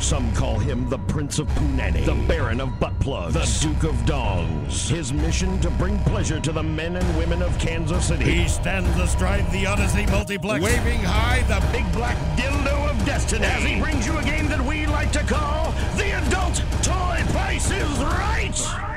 Some call him the Prince of Punani, the Baron of Butt Plugs, the Duke of Dongs. His mission to bring pleasure to the men and women of Kansas City. He stands astride the Odyssey Multiplex, waving high the big black dildo of destiny as he brings you a game that we like to call the Adult Toy Price is Right.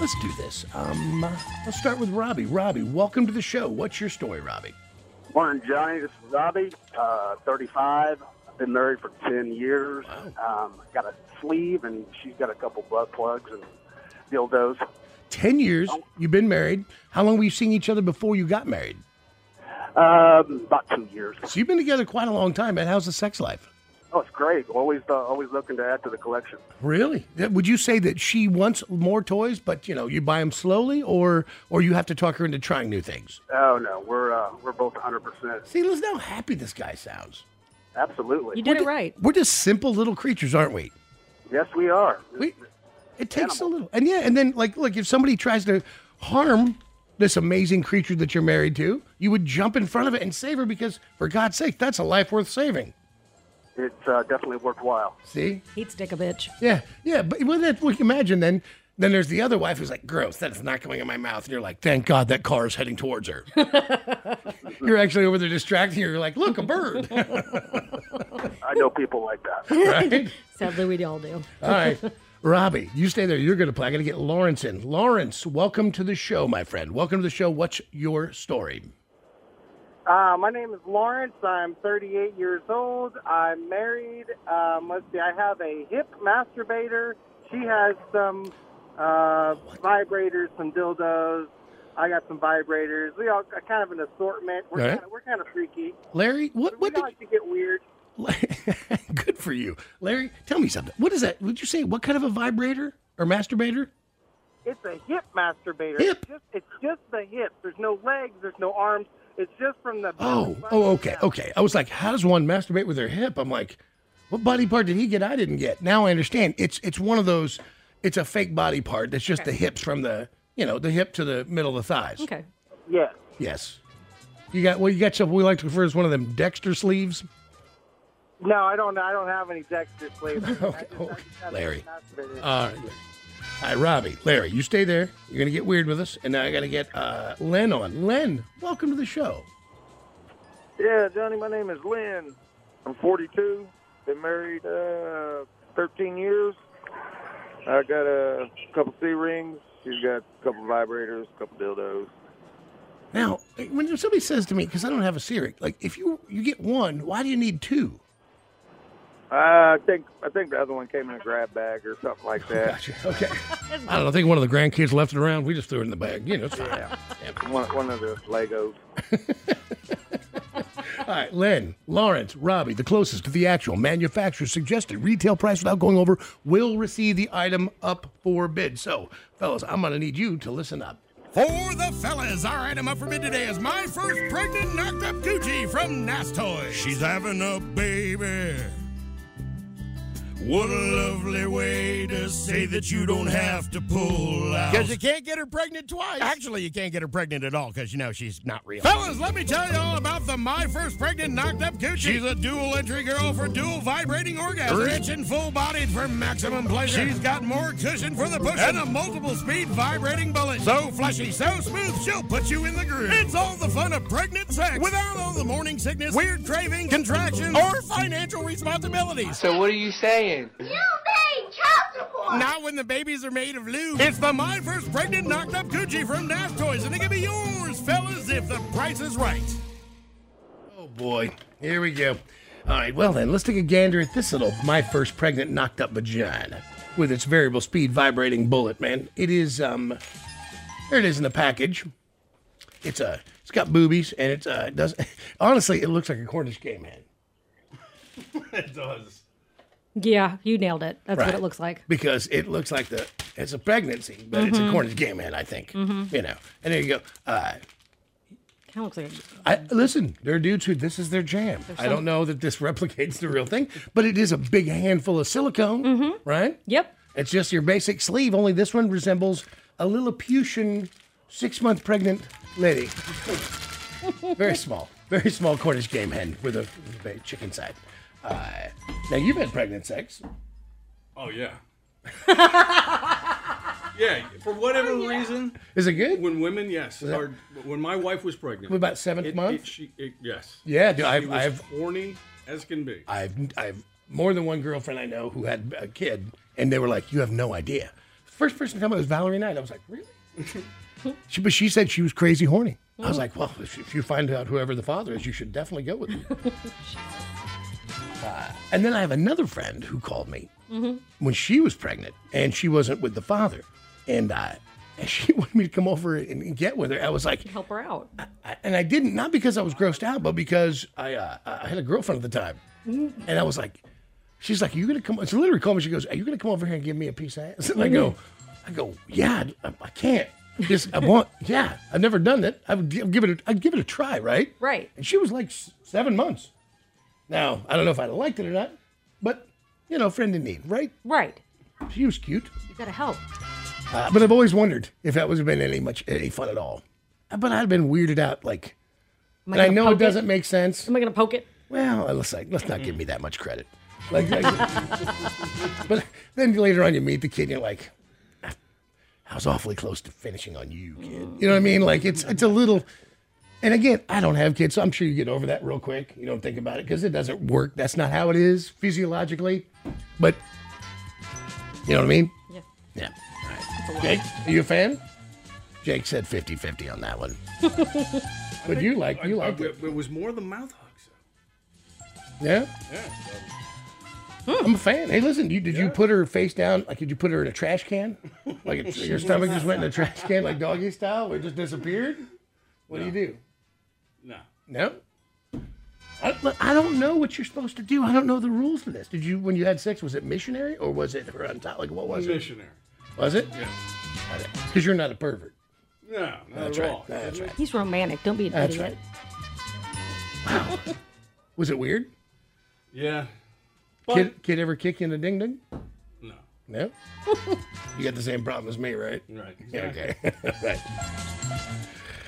Let's do this. Um, let's start with Robbie. Robbie, welcome to the show. What's your story, Robbie? Morning, Johnny. This is Robbie, uh, 35. I've been married for 10 years. Um, I got a sleeve, and she's got a couple butt plugs and dildos. Ten years you've been married. How long were you seeing each other before you got married? Um, about two years. So you've been together quite a long time. Man, how's the sex life? Oh, it's great. Always, uh, always looking to add to the collection. Really? That- Would you say that she wants more toys, but you know you buy them slowly, or or you have to talk her into trying new things? Oh no, we're uh, we're both 100. percent See, listen how happy this guy sounds. Absolutely. You did it right. We're just simple little creatures, aren't we? Yes, we are. We, it takes a little, and yeah, and then like, look, if somebody tries to harm this amazing creature that you're married to, you would jump in front of it and save her because, for God's sake, that's a life worth saving. It's uh, definitely worthwhile. See? He'd stick a bitch. Yeah, yeah. But well, that, look, imagine then. Then there's the other wife who's like, "Gross, that's not going in my mouth." And you're like, "Thank God that car is heading towards her." you're actually over there distracting her. You're like, "Look, a bird." I know people like that. right? Sadly, we all do. All right, Robbie, you stay there. You're going to play. I got to get Lawrence in. Lawrence, welcome to the show, my friend. Welcome to the show. What's your story? Uh, my name is Lawrence. I'm 38 years old. I'm married. Um, let's see, I have a hip masturbator. She has some uh, vibrators, some dildos. I got some vibrators. We all got kind of an assortment. We're All right. kind of we're kind of freaky. Larry, what We what did like to get weird. Good for you. Larry, tell me something. What is that? Would you say what kind of a vibrator or masturbator? It's a hip masturbator. Hip? It's just, it's just the hips. There's no legs. There's no arms. It's just from the. Oh, oh, okay, okay. I was like, how does one masturbate with their hip? I'm like, what body part did he get? I didn't get. Now I understand. It's it's one of those. It's a fake body part that's just the hips from the you know the hip to the middle of the thighs. Okay. Yes. Yes. You got well. You got something we like to refer as one of them Dexter sleeves. No, I don't. I don't have any Dexter sleeves. I just- I just okay. have a Larry. masturbator. All right. Uh, Hi, Robbie, Larry. You stay there. You're gonna get weird with us, and now I gotta get uh, Len on. Len, welcome to the show. Yeah, Johnny, my name is Lynn. I'm 42. Been married uh, 13 years. I got a couple C rings. She's got a couple vibrators, a couple dildos. Now, when somebody says to me, because I don't have a Searing, like if you you get one, why do you need two? Uh, I think I think the other one came in a grab bag or something like that. Gotcha. Okay. I don't know. I think one of the grandkids left it around. We just threw it in the bag. You know, it's fine. One, one of the Legos. All right, Len, Lawrence, Robbie, the closest to the actual manufacturer's suggested retail price without going over will receive the item up for bid. So, fellas, I'm going to need you to listen up. For the fellas, our item up for bid today is my first pregnant knocked up Gucci from Nas Toys. She's having a baby. What a lovely way to say that you don't have to pull out. Because you can't get her pregnant twice. Actually, you can't get her pregnant at all because, you know, she's not real. Fellas, let me tell you all about the My First Pregnant Knocked Up Gucci. She's a dual entry girl for dual vibrating orgasms. Rich and full bodied for maximum pleasure. She's got more cushion for the push and a multiple speed vibrating bullet. So fleshy, so smooth, she'll put you in the groove. It's all the fun of pregnant sex without all the morning sickness, weird craving, contractions, or financial responsibilities. So what are you saying? Not when the babies are made of lube. It's the My First Pregnant Knocked Up Gucci from Naff Toys, and it can be yours, fellas, if the price is right. Oh boy, here we go. All right, well then, let's take a gander at this little my first pregnant knocked up vagina with its variable speed vibrating bullet, man. It is um there it is in the package. It's a it's got boobies and it's uh it does honestly it looks like a Cornish gay man. it does. Yeah, you nailed it. That's Right. what it looks like. Mm-hmm. Because it looks like the it's a pregnancy, but it's a Cornish gay man, I think. You know. And there you go. Uh Kind of looks like a- I, listen, there are dudes who this is their jam. I don't know that this replicates the real thing, but it is a big handful of silicone, right? Yep. It's just your basic sleeve, only this one resembles a Lilliputian six month pregnant lady. very small, very small Cornish game hen with a, with a chicken side. Uh, now, you've had pregnant sex. Oh yeah. yeah, for whatever reason, Is it good? when women, yes, or when my wife was pregnant, We're about seventh it, month? it- she, it- yes, yeah, dude, she I've, was I've, horny as can be. I've, I've more than one girlfriend I know who had a kid, and they were like, "You have no idea." First person to come up was Valerie Knight. I was like, "Really?" she, but she said she was crazy horny. I was like, "Well, if, if you find out whoever the father is, you should definitely go with him." Uh, and then I have another friend who called me when she was pregnant, and she wasn't with the father, and I. And she wanted me to come over and and get with her. I was like, help her out. I- and I didn't not because I was grossed out, but because I uh, I had a girlfriend at the time, and I was like, she's like, "Are you gonna come?" She literally called me. She goes, "Are you gonna come over here and give me a piece of ass?" And I go, I go, yeah, I, I can't. Just I want, yeah, I've never done that. I would gi- give it, a, I'd give it a try, right? Right. And she was like s- seven months. Now I don't know if I'd have liked it or not, but you know, friend in need, right? Right. She was cute. You gotta help. Uh, but I've always wondered if that was been any much any fun at all. Uh, But I'd have been weirded out, like, Am and I gonna know it poke doesn't make sense. Am I gonna poke it? Well, let's like let's not give me that much credit. Like, like but then later on, you meet the kid, and you're like, "Ah, I was awfully close to finishing on you, kid. You know what I mean? Like it's it's a little. And again, I don't have kids, so I'm sure you get over that real quick. You don't think about it because it doesn't work. That's not how it is physiologically. But you know what I mean? Yeah. Yeah. All right. Jake, are you a fan? Jake said 50-50 on that one. but you like you I- like it. it, it was more the mouth hugs. Yeah. Yeah, um, so- I'm a fan. Hey, listen, you, did you put her face down? Like, did you put her in a trash can? Like, it- your stomach just went in a trash can, like doggy style, where it just disappeared? What do you do? no, No. I, look, I don't know what you're supposed to do. I don't know the rules for this. Did you, when you had sex, was it missionary or was it her on top? Like, what was it? missionary. Was it? Yeah, Because you're not a pervert. no, not That's at right. all. That's right. He's romantic. Don't be an That's idiot. right. Wow. Was it weird? Yeah, Kid, kid ever kick you in the ding ding? no, No. you got the same problem as me, right? right. Yeah, okay. right.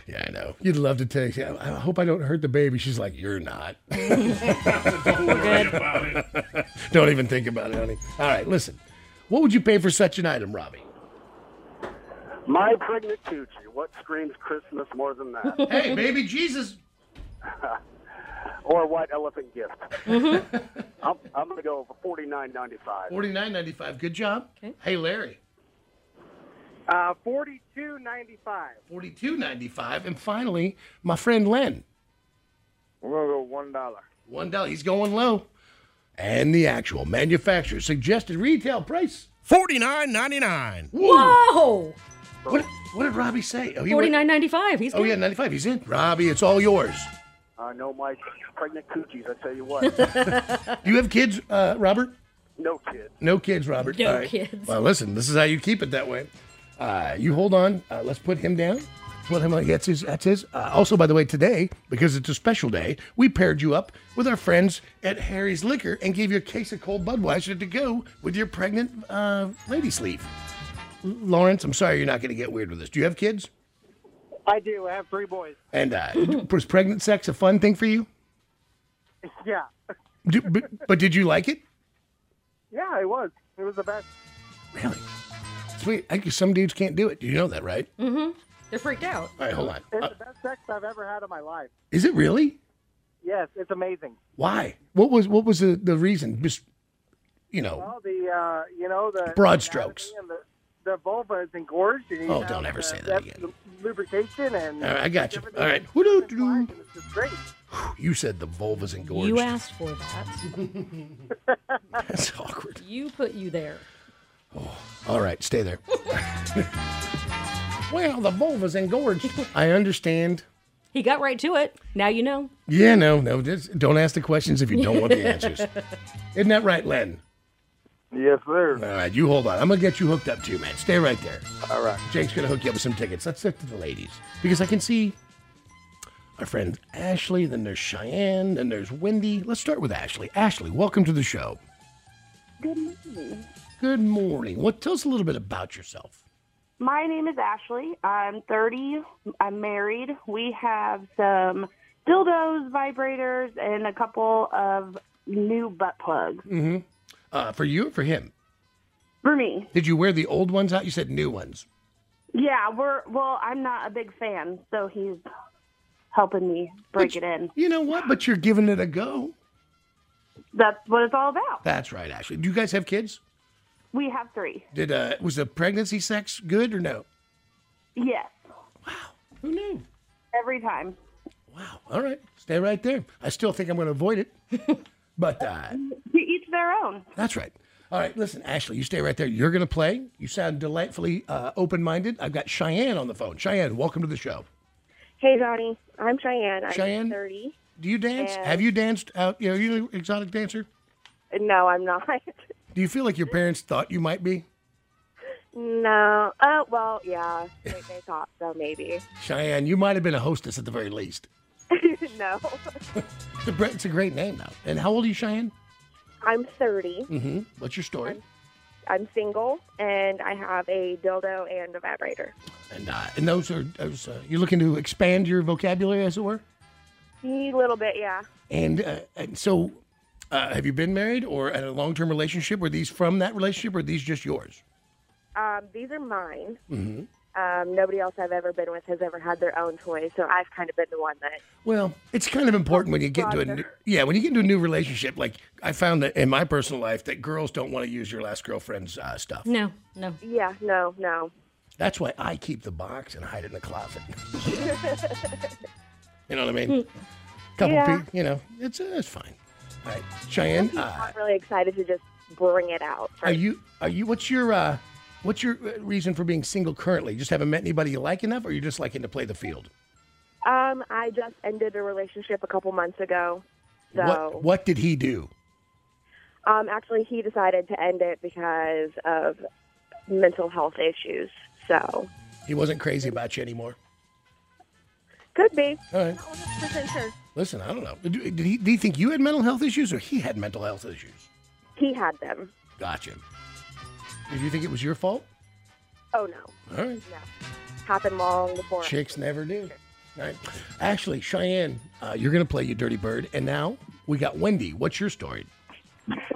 Yeah, I know. You'd love to take. yeah, I hope I don't hurt the baby. She's like, you're not. don't even think about it, honey. All right, listen. What would you pay for such an item, Robbie? My pregnant coochie. What screams Christmas more than that? Hey, baby Jesus. or white elephant gift? Mm-hmm. I'm, I'm gonna go for forty nine ninety five. Forty nine ninety five. Good job. Okay. Hey, Larry. Uh, Forty-two ninety-five. Forty two ninety five. And finally, my friend Len. We're gonna go one dollar. One dollar. He's going low. And the actual manufacturer suggested retail price. Forty nine ninety nine. Whoa! What, what did Robbie say? Oh, he went- Forty nine ninety five. He's Oh good. yeah, 95. He's in. Robbie, it's all yours. I know Uh, my pregnant coochies. I tell you what, Do you have kids, uh, Robert? no kids. No kids, Robert. No All right. kids. Well, listen, this is how you keep it that way. Uh, you hold on. Uh, let's put him down. Put him on. That's his. That's his. Uh, also, by the way, today because it's a special day, we paired you up with our friends at Harry's Liquor and gave you a case of cold Budweiser to go with your pregnant uh, lady sleeve. L- Lawrence, I'm sorry you're not going to get weird with this. Do you have kids? I do. I have three boys. And uh, was pregnant sex a fun thing for you? Yeah. Do, but, but did you like it? Yeah, it was. It was the best. Really? Sweet. I guess some dudes can't do it. You know that, right? Mm-hmm. They're freaked out. All right, hold on. It's Uh, the best sex I've ever had in my life. is it really? Yes, it's amazing. Why? What was what was the, the reason? Just you know. Well, the uh, you know the Broad strokes. and the, the vulva is engorged. And you Oh, have don't ever the- say that the- again. the Oh. Lubrication and All right, I got you. everything All right. is- Who and It's just great. You said the vulva's engorged. You asked for that. That's awkward. you put you there. All right, stay there. well, the vulva's engorged. I understand. He got right to it. Now you know. Yeah, no, no. Just don't ask the questions if you don't want the answers. Isn't that right, Len? Yes, sir. All right, you hold on. I'm gonna get you hooked up too, man. Stay right there. All right. Jake's gonna hook you up with some tickets. Let's stick to the ladies because I can see our friend Ashley. Then there's Cheyenne. Then there's Wendy. Let's start with Ashley. Ashley, welcome to the show. Good morning. Good morning. What? Tell us a little bit about yourself. My name is Ashley. I'm 30. I'm married. We have some dildos, vibrators, and a couple of new butt plugs Mm-hmm. Uh, for you, or for him. for me. Did you wear the old ones out? You said new ones. Yeah, we're well. I'm not a big fan, so he's helping me break it in. You know what? But you're giving it a go. That's what it's all about. That's right, Ashley. Do you guys have kids? We have three. Did uh, was the pregnancy sex good or no? Yes, Who knew? every time. Wow. All right. Stay right there. I still think I'm going to avoid it. but uh, To each their own. that's right. All right. Listen, Ashley, you stay right there. You're going to play. You sound delightfully uh, open minded. I've got Cheyenne on the phone. Cheyenne, welcome to the show. Hey, Donnie. I'm Cheyenne. I'm Cheyenne? 30. Do you dance? Yeah. Have you danced out? You know, are you an exotic dancer? No, I'm not. Do you feel like your parents thought you might be? no. Oh, well, yeah. They, they thought so, maybe. Cheyenne, you might have been a hostess at the very least. no. It's a, bre- it's a great name, though. And how old are you, Cheyenne? I'm 30. Mm-hmm. What's your story? I'm single, and I have a dildo and a vibrator. And uh, and those are those, uh, you're looking to expand your vocabulary, as it were. A little bit, yeah. And, uh, and so, uh, have you been married or in a long term relationship? Were these from that relationship or are these just yours? Um, these are mine. Mm-hmm. Um, nobody else I've ever been with has ever had their own toy, so I've kind of been the one that. Well, it's kind of important when you get into a new, yeah when you get into a new relationship. Like I found that in my personal life that girls don't want to use your last girlfriend's uh, stuff. No, no. Yeah, no, no. That's why I keep the box and hide it in the closet. you know what I mean? Couple, Yeah. pe- you know, it's uh, it's fine. All right, Cheyenne, uh, I'm really excited to just bring it out. are you are you? What's your uh, what's your uh, reason for being single currently? You just haven't met anybody you like enough, or you're just liking to play the field? Um, I just ended a relationship a couple months ago. So What what did he do? Um, actually, he decided to end it because of mental health issues. So, He wasn't crazy about you anymore. could be. All right, Not 100% sure. listen, I don't know. Did, did he? Do you think you had mental health issues, or he had mental health issues? He had them. Gotcha. Did you think it was your fault? Oh, no. All right. Happened long before. Chicks never do. Right. Actually, Cheyenne, uh, you're going to play You Dirty Bird. And now we got Wendy. What's your story?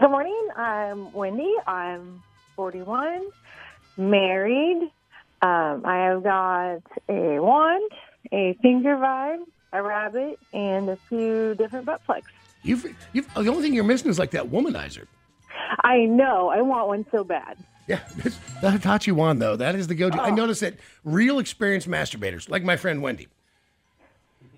Good morning. I'm Wendy. I'm 41, married. Um, I have got a wand, a finger vibe, a rabbit, and a few different butt plugs. You've, you've, the only thing you're missing is like that womanizer. I know. I want one so bad. Yeah, that's the Hitachi wand, though. That is the go to. Oh. I noticed that real experienced masturbators, like my friend Wendy,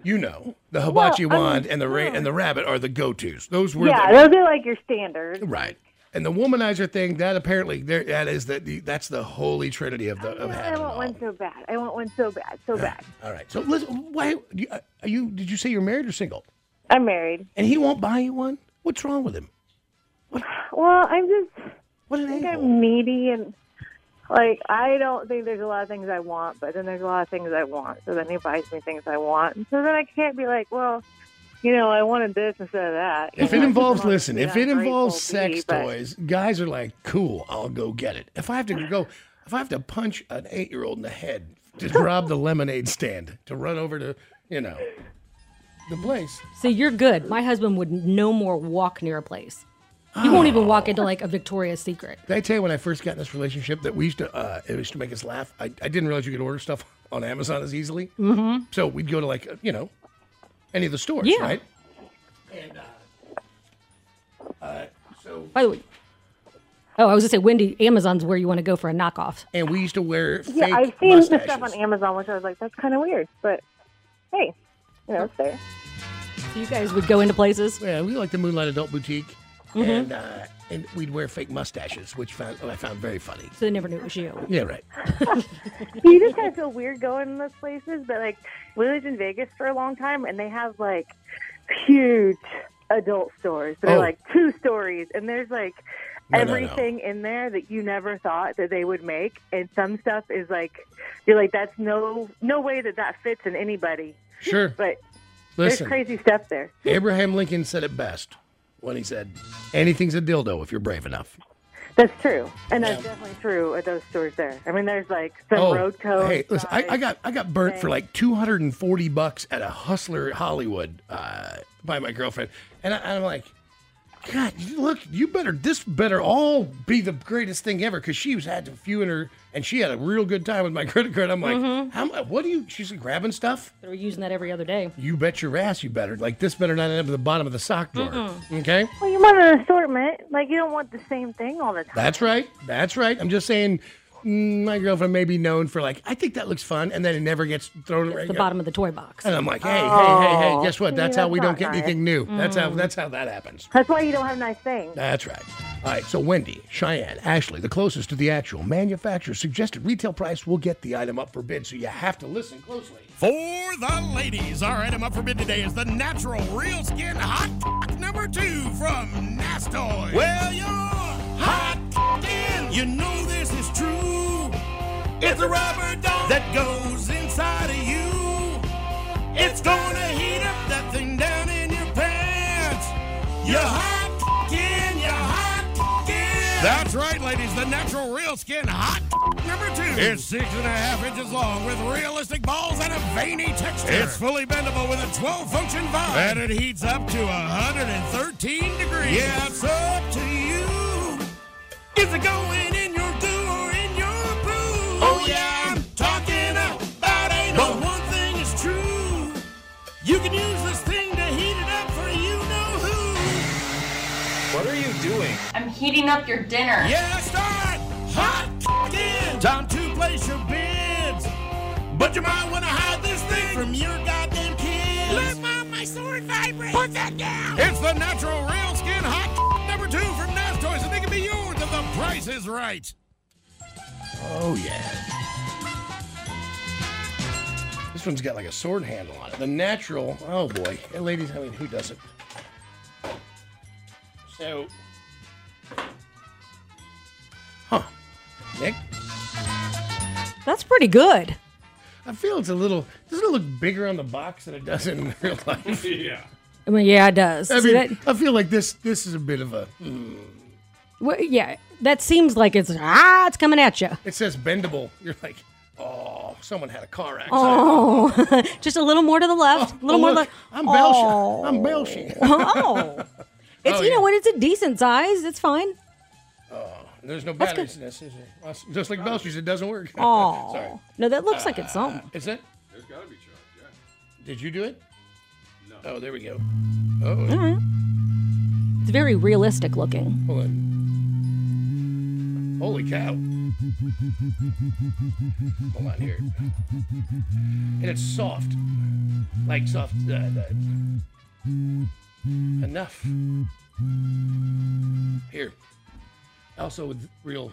you know, the hibachi Well, I mean, wand and the ra- and the rabbit are the go tos. Those were yeah, the, those are like your standards. right. And the womanizer thing, that apparently, there, that is the, the that's the holy trinity of the of I having want one so bad. I want one so bad, so bad. All right. So listen, why do you- uh, are you? Did you say you're married or single? I'm married. And he won't buy you one. What's wrong with him? Well, I'm just What an I think a-hole. I'm needy and Like I don't think there's a lot of things I want, but then there's a lot of things I want. So then he buys me things I want. So then I can't be like, well, you know, I wanted this instead of that. If it involves, listen, if it involves grateful, sex B, but- toys, guys are like, cool, I'll go get it. If I have to go, if I have to punch an eight year old in the head to rob the lemonade stand, to run over to, you know, the place. See, you're good. My husband would no more walk near a place. He won't even walk into like a Victoria's Secret. Did I tell you when I first got in this relationship that we used to, uh, it used to make us laugh? I, I didn't realize you could order stuff on Amazon as easily. Mm-hmm. So we'd go to like, you know, any of the stores, Yeah. right? And, uh, uh, so By the way, oh, I was gonna say, Wendy, Amazon's where you want to go for a knockoff. And we used to wear Yeah, I've seen the stuff on Amazon, which I was like, that's kind of weird, but hey, you know, it's there. you guys would go into places. Yeah, we like the Moonlight Adult Boutique, Mhm. and uh, and we'd wear fake mustaches, which found, I found very funny. So they never knew it was you. Yeah, right. you just kind of feel weird going in those places, but like we lived in Vegas for a long time, and they have like huge adult stores that Oh. are like two stories, and there's like No, no, no. everything in there that you never thought that they would make, and some stuff is like you're like that's no no way that that fits in anybody. Sure. but there's Listen. crazy stuff there. Abraham Lincoln said it best when he said, "Anything's a dildo if you're brave enough." That's true, and that's definitely true at those stores there. I mean, there's like some road codes. Oh, hey, listen, I, I got I got burnt for like two hundred and forty bucks at a Hustler Hollywood uh, by my girlfriend, and I, I'm like, God, you look, you better this better all be the greatest thing ever because she was had a few in her, and she had a real good time with my credit card. I'm like, how mu- What do you? She's like, grabbing stuff. They were using that every other day. You bet your ass, you better like this better not end up at the bottom of the sock drawer. Mm-mm. Okay. Well, you want an assortment. Like you don't want the same thing all the time. That's right. That's right. I'm just saying, mm, my girlfriend may be known for like, I think that looks fun, and then it never gets thrown It's away. the bottom of the toy box. And I'm like, hey, hey, hey, hey! Guess what? That's how we don't get anything new. That's how that's how that happens. That's why you don't have nice things. That's right. All right. So Wendy, Cheyenne, Ashley, the closest to the actual manufacturer suggested retail price will get the item up for bid. So you have to listen closely. For the ladies, our item up for bid today is the natural real skin hot number two from Nastoy. Well, you're hot in. You know this is true. It's a rubber dog that goes inside of you. It's gonna heat up that thing down in your pants. You're hot in. You're hot in. That's right, ladies. The natural real skin hot number two is six and a half inches long with realistic balls and a veiny texture. It's fully bendable with a 12 function valve. And it heats up to 113 degrees. Yeah, it's up to you. Is it going in your goo or in your brew? Oh, yeah, I'm talking about anal. But one thing is true. You can use this thing to heat it up for you know who. What are you doing? I'm heating up your dinner. Yeah, start hot in. Time to place your bids. But you might want to hide this thing from your goddamn kids. Let mom, my sword vibrate. Put that down. It's the natural real skin hot number two from Nash Toys, and it can be yours if the price is right. Oh yeah. This one's got like a sword handle on it. The natural. Oh boy, And ladies. I mean, who doesn't? So, Nick, That's pretty good. I feel it's a little. Doesn't it look bigger on the box than it does in real life? yeah. I mean, yeah, it does. I See mean, that, I feel like this. This is a bit of a. hmm. well, yeah, that seems like it's ah, it's coming at you. It says bendable. You're like, oh, someone had a car accident. Oh, just a little more to the left, a little oh, more. look, left. I'm belching. Oh. I'm belching. oh, it's Oh, you yeah. know what? It's a decent size. It's fine. There's no That's good. batteries in this. Is there? Just like Belcher's, it doesn't work. Oh, Sorry. no, that looks like it's something. Is it? There's gotta be charge, yeah. Did you do it? No. Oh, there we go. All Oh. right. It's very realistic looking. Hold on. Holy cow. Hold on here. And it's soft. Like soft. Uh, uh, enough. Here. Also with real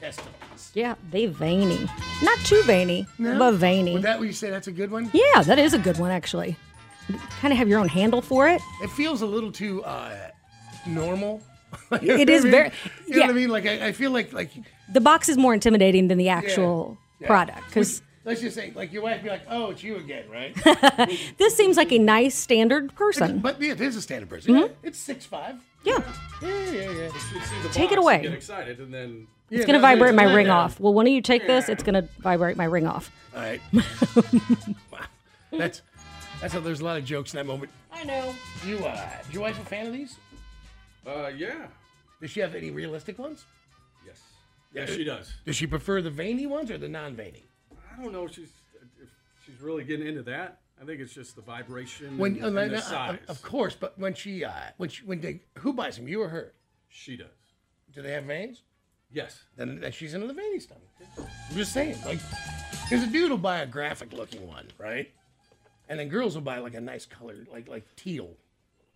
testicles. Yeah, they veiny, not too veiny, but veiny. Would that what you say that's a good one? yeah, that is a good one actually. Kind of have your own handle for it. It feels a little too uh, normal. It is very- You know what I mean? Like I, I feel like like The box is more intimidating than the actual yeah. product because let's just say like your wife be like, oh, it's you again, right? this seems like a nice standard person. but yeah, it is a standard person. Mhm. It's six five. Yeah. Yeah, yeah, yeah. Take it away. Get excited and then. It's gonna vibrate my ring off. Well, when you take this, it's gonna vibrate my ring off. All right. wow. That's that's how there's a lot of jokes in that moment. I know. You uh, is your wife a fan of these? Uh, yeah. Does she have any realistic ones? Yes. Yes, she does. Does she prefer the veiny ones or the non-veiny? I don't know if she's if she's really getting into that. I think it's just the vibration When and, uh, and the uh, size. of course, but when she uh, when she, when they who buys them, you or her? She does. Do they have veins? Yes. Then then she's into the veiny stuff. I'm just saying, like, because a dude will buy a graphic looking one, right? And then girls will buy like a nice color, like like teal.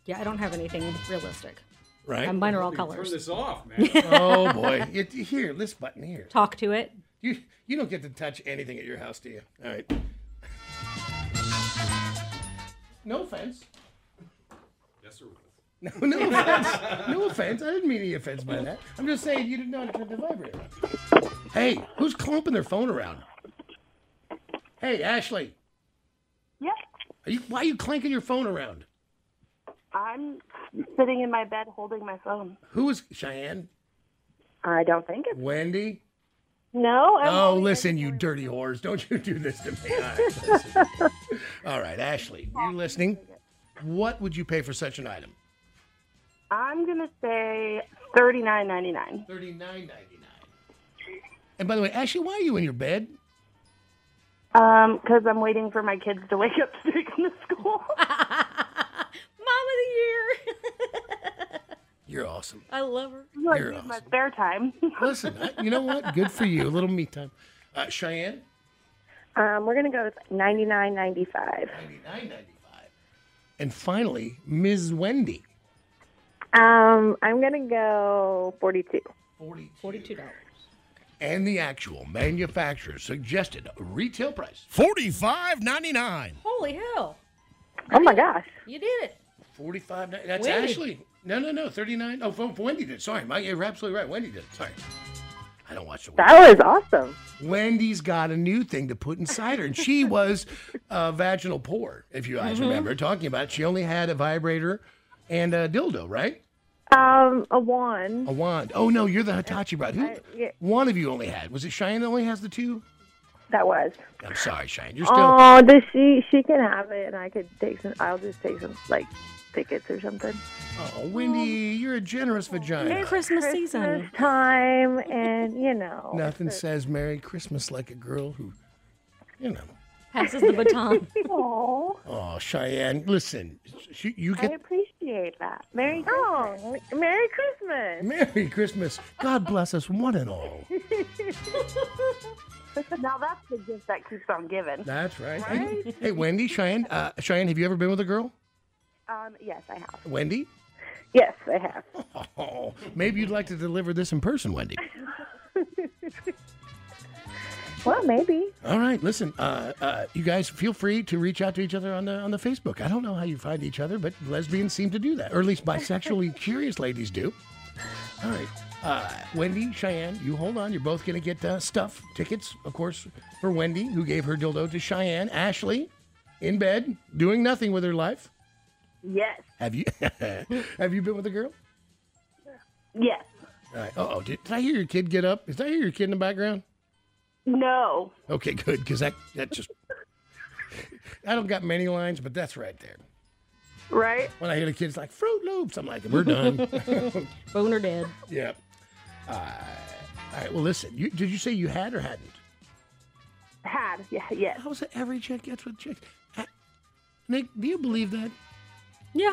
Yeah, I don't have anything realistic. Right. And mine are all Turn colors. this off, oh boy, You- here, this button here. Talk to it. You you don't get to touch anything at your house, do you? All right. No offense. Yes, sir. No, no offense. No offense. I didn't mean any offense by that. I'm just saying you didn't know how to turn the vibrator. on. Hey, who's clumping their phone around? Hey, Ashley. Yep. Are you, why are you clanking your phone around? I'm sitting in my bed holding my phone. Who is Cheyenne? I don't think it's. Wendy? No. I'm Oh, listen, you dirty whores. Don't you do this to me. All right, listen. All right, Ashley, you listening? What would you pay for such an item? I'm gonna say thirty nine ninety nine. Thirty nine ninety And by the way, Ashley, why are you in your bed? nine. Um, because I'm waiting for my kids to wake up to take them to school. Mom of the year. You're awesome. I love her. I You're need my spare time. Listen, I, you know what? Good for you. A little me time. Uh, Cheyenne, Um, we're gonna go with ninety nine ninety five. and finally, Ms. Wendy. Um, I'm gonna go forty two. Forty Forty-two dollars. And the actual manufacturer suggested a retail price Forty five ninety nine. Holy hell! Oh my gosh. You did it. forty five. That's Wendy. Ashley. No, no, no. Thirty nine. Oh, for- Wendy did. Sorry, Mike. You're absolutely right. Wendy did. Sorry. I don't watch the. That was awesome. Wendy's got a new thing to put inside her, and she was uh, vaginal poor. If you guys Mhm. remember talking about, it. she only had a vibrator and a dildo, right? Um, a wand. A wand. Oh no, you're the Hitachi bride. Who? I- yeah. One of you only had. Was it Cheyenne that only has the two? That was. I'm sorry, Cheyenne. You're still. Oh, does she? She can have it, and I could take some. I'll just take some like tickets or something. Oh, Wendy, you're a generous vagina. Christmas season. Christmas time, and you know. Nothing says Merry Christmas like a girl who. You know. Passes the baton. Oh, Oh, Cheyenne, listen. She, you I get appreciate that. Merry Christmas. Oh, Merry Christmas. Merry Christmas. God bless us, one and all. now that's the gift that keeps on giving. That's right. Hey- Hey, Wendy, Cheyenne, uh, Cheyenne, have you ever been with a girl? Um, yes, I have. Wendy? Yes, I have. Oh, maybe you'd like to deliver this in person, Wendy. Well, maybe. All right, listen, uh, uh, you guys feel free to reach out to each other on the on the Facebook. I don't know how you find each other, but lesbians seem to do that, or at least bisexually curious ladies do. All right, uh, Wendy, Cheyenne, you hold on. You're both gonna get uh, stuff, tickets, of course, for Wendy, who gave her dildo to Cheyenne. Ashley, in bed, doing nothing with her life. Yes. Have you have you been with a girl? Yes. All right. Oh, did, did I hear your kid get up? Did I hear your kid in the background? No. Okay, good, because that that just I don't got many lines, but that's right there. Right. When I hear the kids like Fruit Loops, I'm like, we're done. Boner dead. yeah. Uh, all right. Well, listen. You, did you say you had or hadn't? Had. Yeah. Yes. How is it every chick gets with chicks? Uh, Nick, do you believe that? Yeah.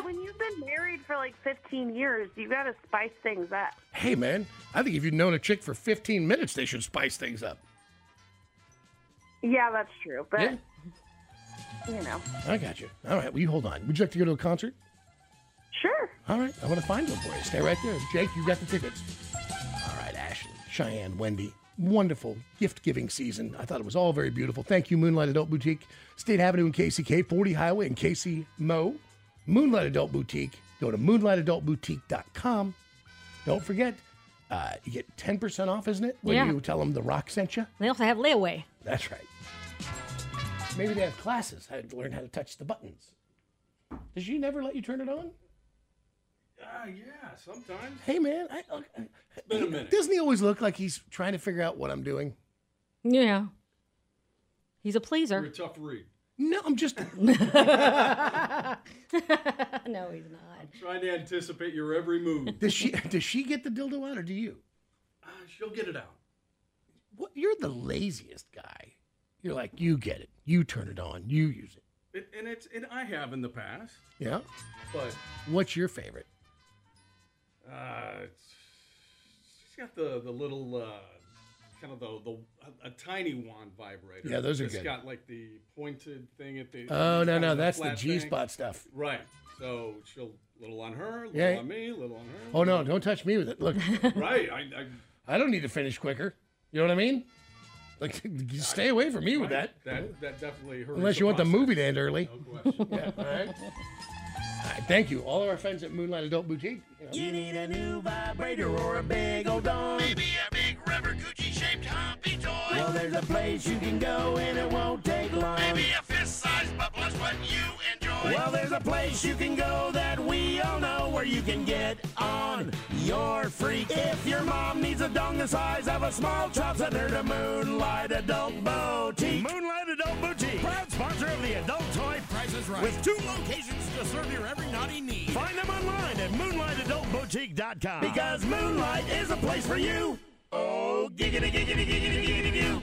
When you've been married for like 15 years, you gotta spice things up. Hey, man. I think if you've known a chick for 15 minutes, they should spice things up. Yeah, that's true. But you know, I got you. All right. Well, you hold on. Would you like to go to a concert? sure. All right, I want to find one for you. Stay right there. Jake, you got the tickets. All right, Ashley, Cheyenne, Wendy. Wonderful gift giving season. I thought it was all very beautiful. Thank you, Moonlight Adult Boutique, State Avenue in KCK, 40 Highway in KC Mo. Moonlight Adult Boutique. Go to moonlightadultboutique.com. Don't forget, uh, you get 10% off, isn't it? When Yeah. you tell them The Rock sent you. They also have layaway. That's right. Maybe they have classes. How to learn how to touch the buttons. Does she never let you turn it on? Ah, yeah, sometimes. Hey, man. I, look, I- Been a minute. doesn't he always look like he's trying to figure out what I'm doing? Yeah. He's a pleaser. You're a tough read. No, I'm just. no, he's not. Trying to anticipate your every move. Does she does she get the dildo out or do you? Ah, she'll get it out. What, you're the laziest guy. You're like you get it. You turn it on. You use it. It, and it's and I have in the past, Yeah. but What's your favorite? uh, it's- she's got the the little uh, kind of the the a, a tiny wand vibrator. Yeah, those are It's good. got like the pointed thing at the. Oh no kind no, of that's the flat G thing. spot stuff. Right. So she'll little on her, little Yeah. on me, little on her. Oh no, don't touch me with it. Look, Right. I, I I don't need to finish quicker. You know what I mean? Like, you stay away from me with that. that that definitely hurts. Unless you want the movie to end early. question. yeah, all right. All right, thank you, all of our friends at Moonlight Adult Boutique. You know. need a new vibrator or a big old dong. Maybe a big rubber Gucci shaped humpy toy. Well, there's a place you can go and it won't take long. Maybe a fist sized bubbler's what you enjoy. Well, there's a place you can go that we all know where you can get on your freak. If your mom needs a dong the size of a small chop, send her to Moonlight Adult Boutique. Moonlight Adult Boutique, proud sponsor of the Adult Toy Price is Right. With two locations to serve your every naughty need. Find them online at moonlightadultboutique.com. Because Moonlight is a place for you. Oh, giggity, giggity, giggity, giggity, giggity.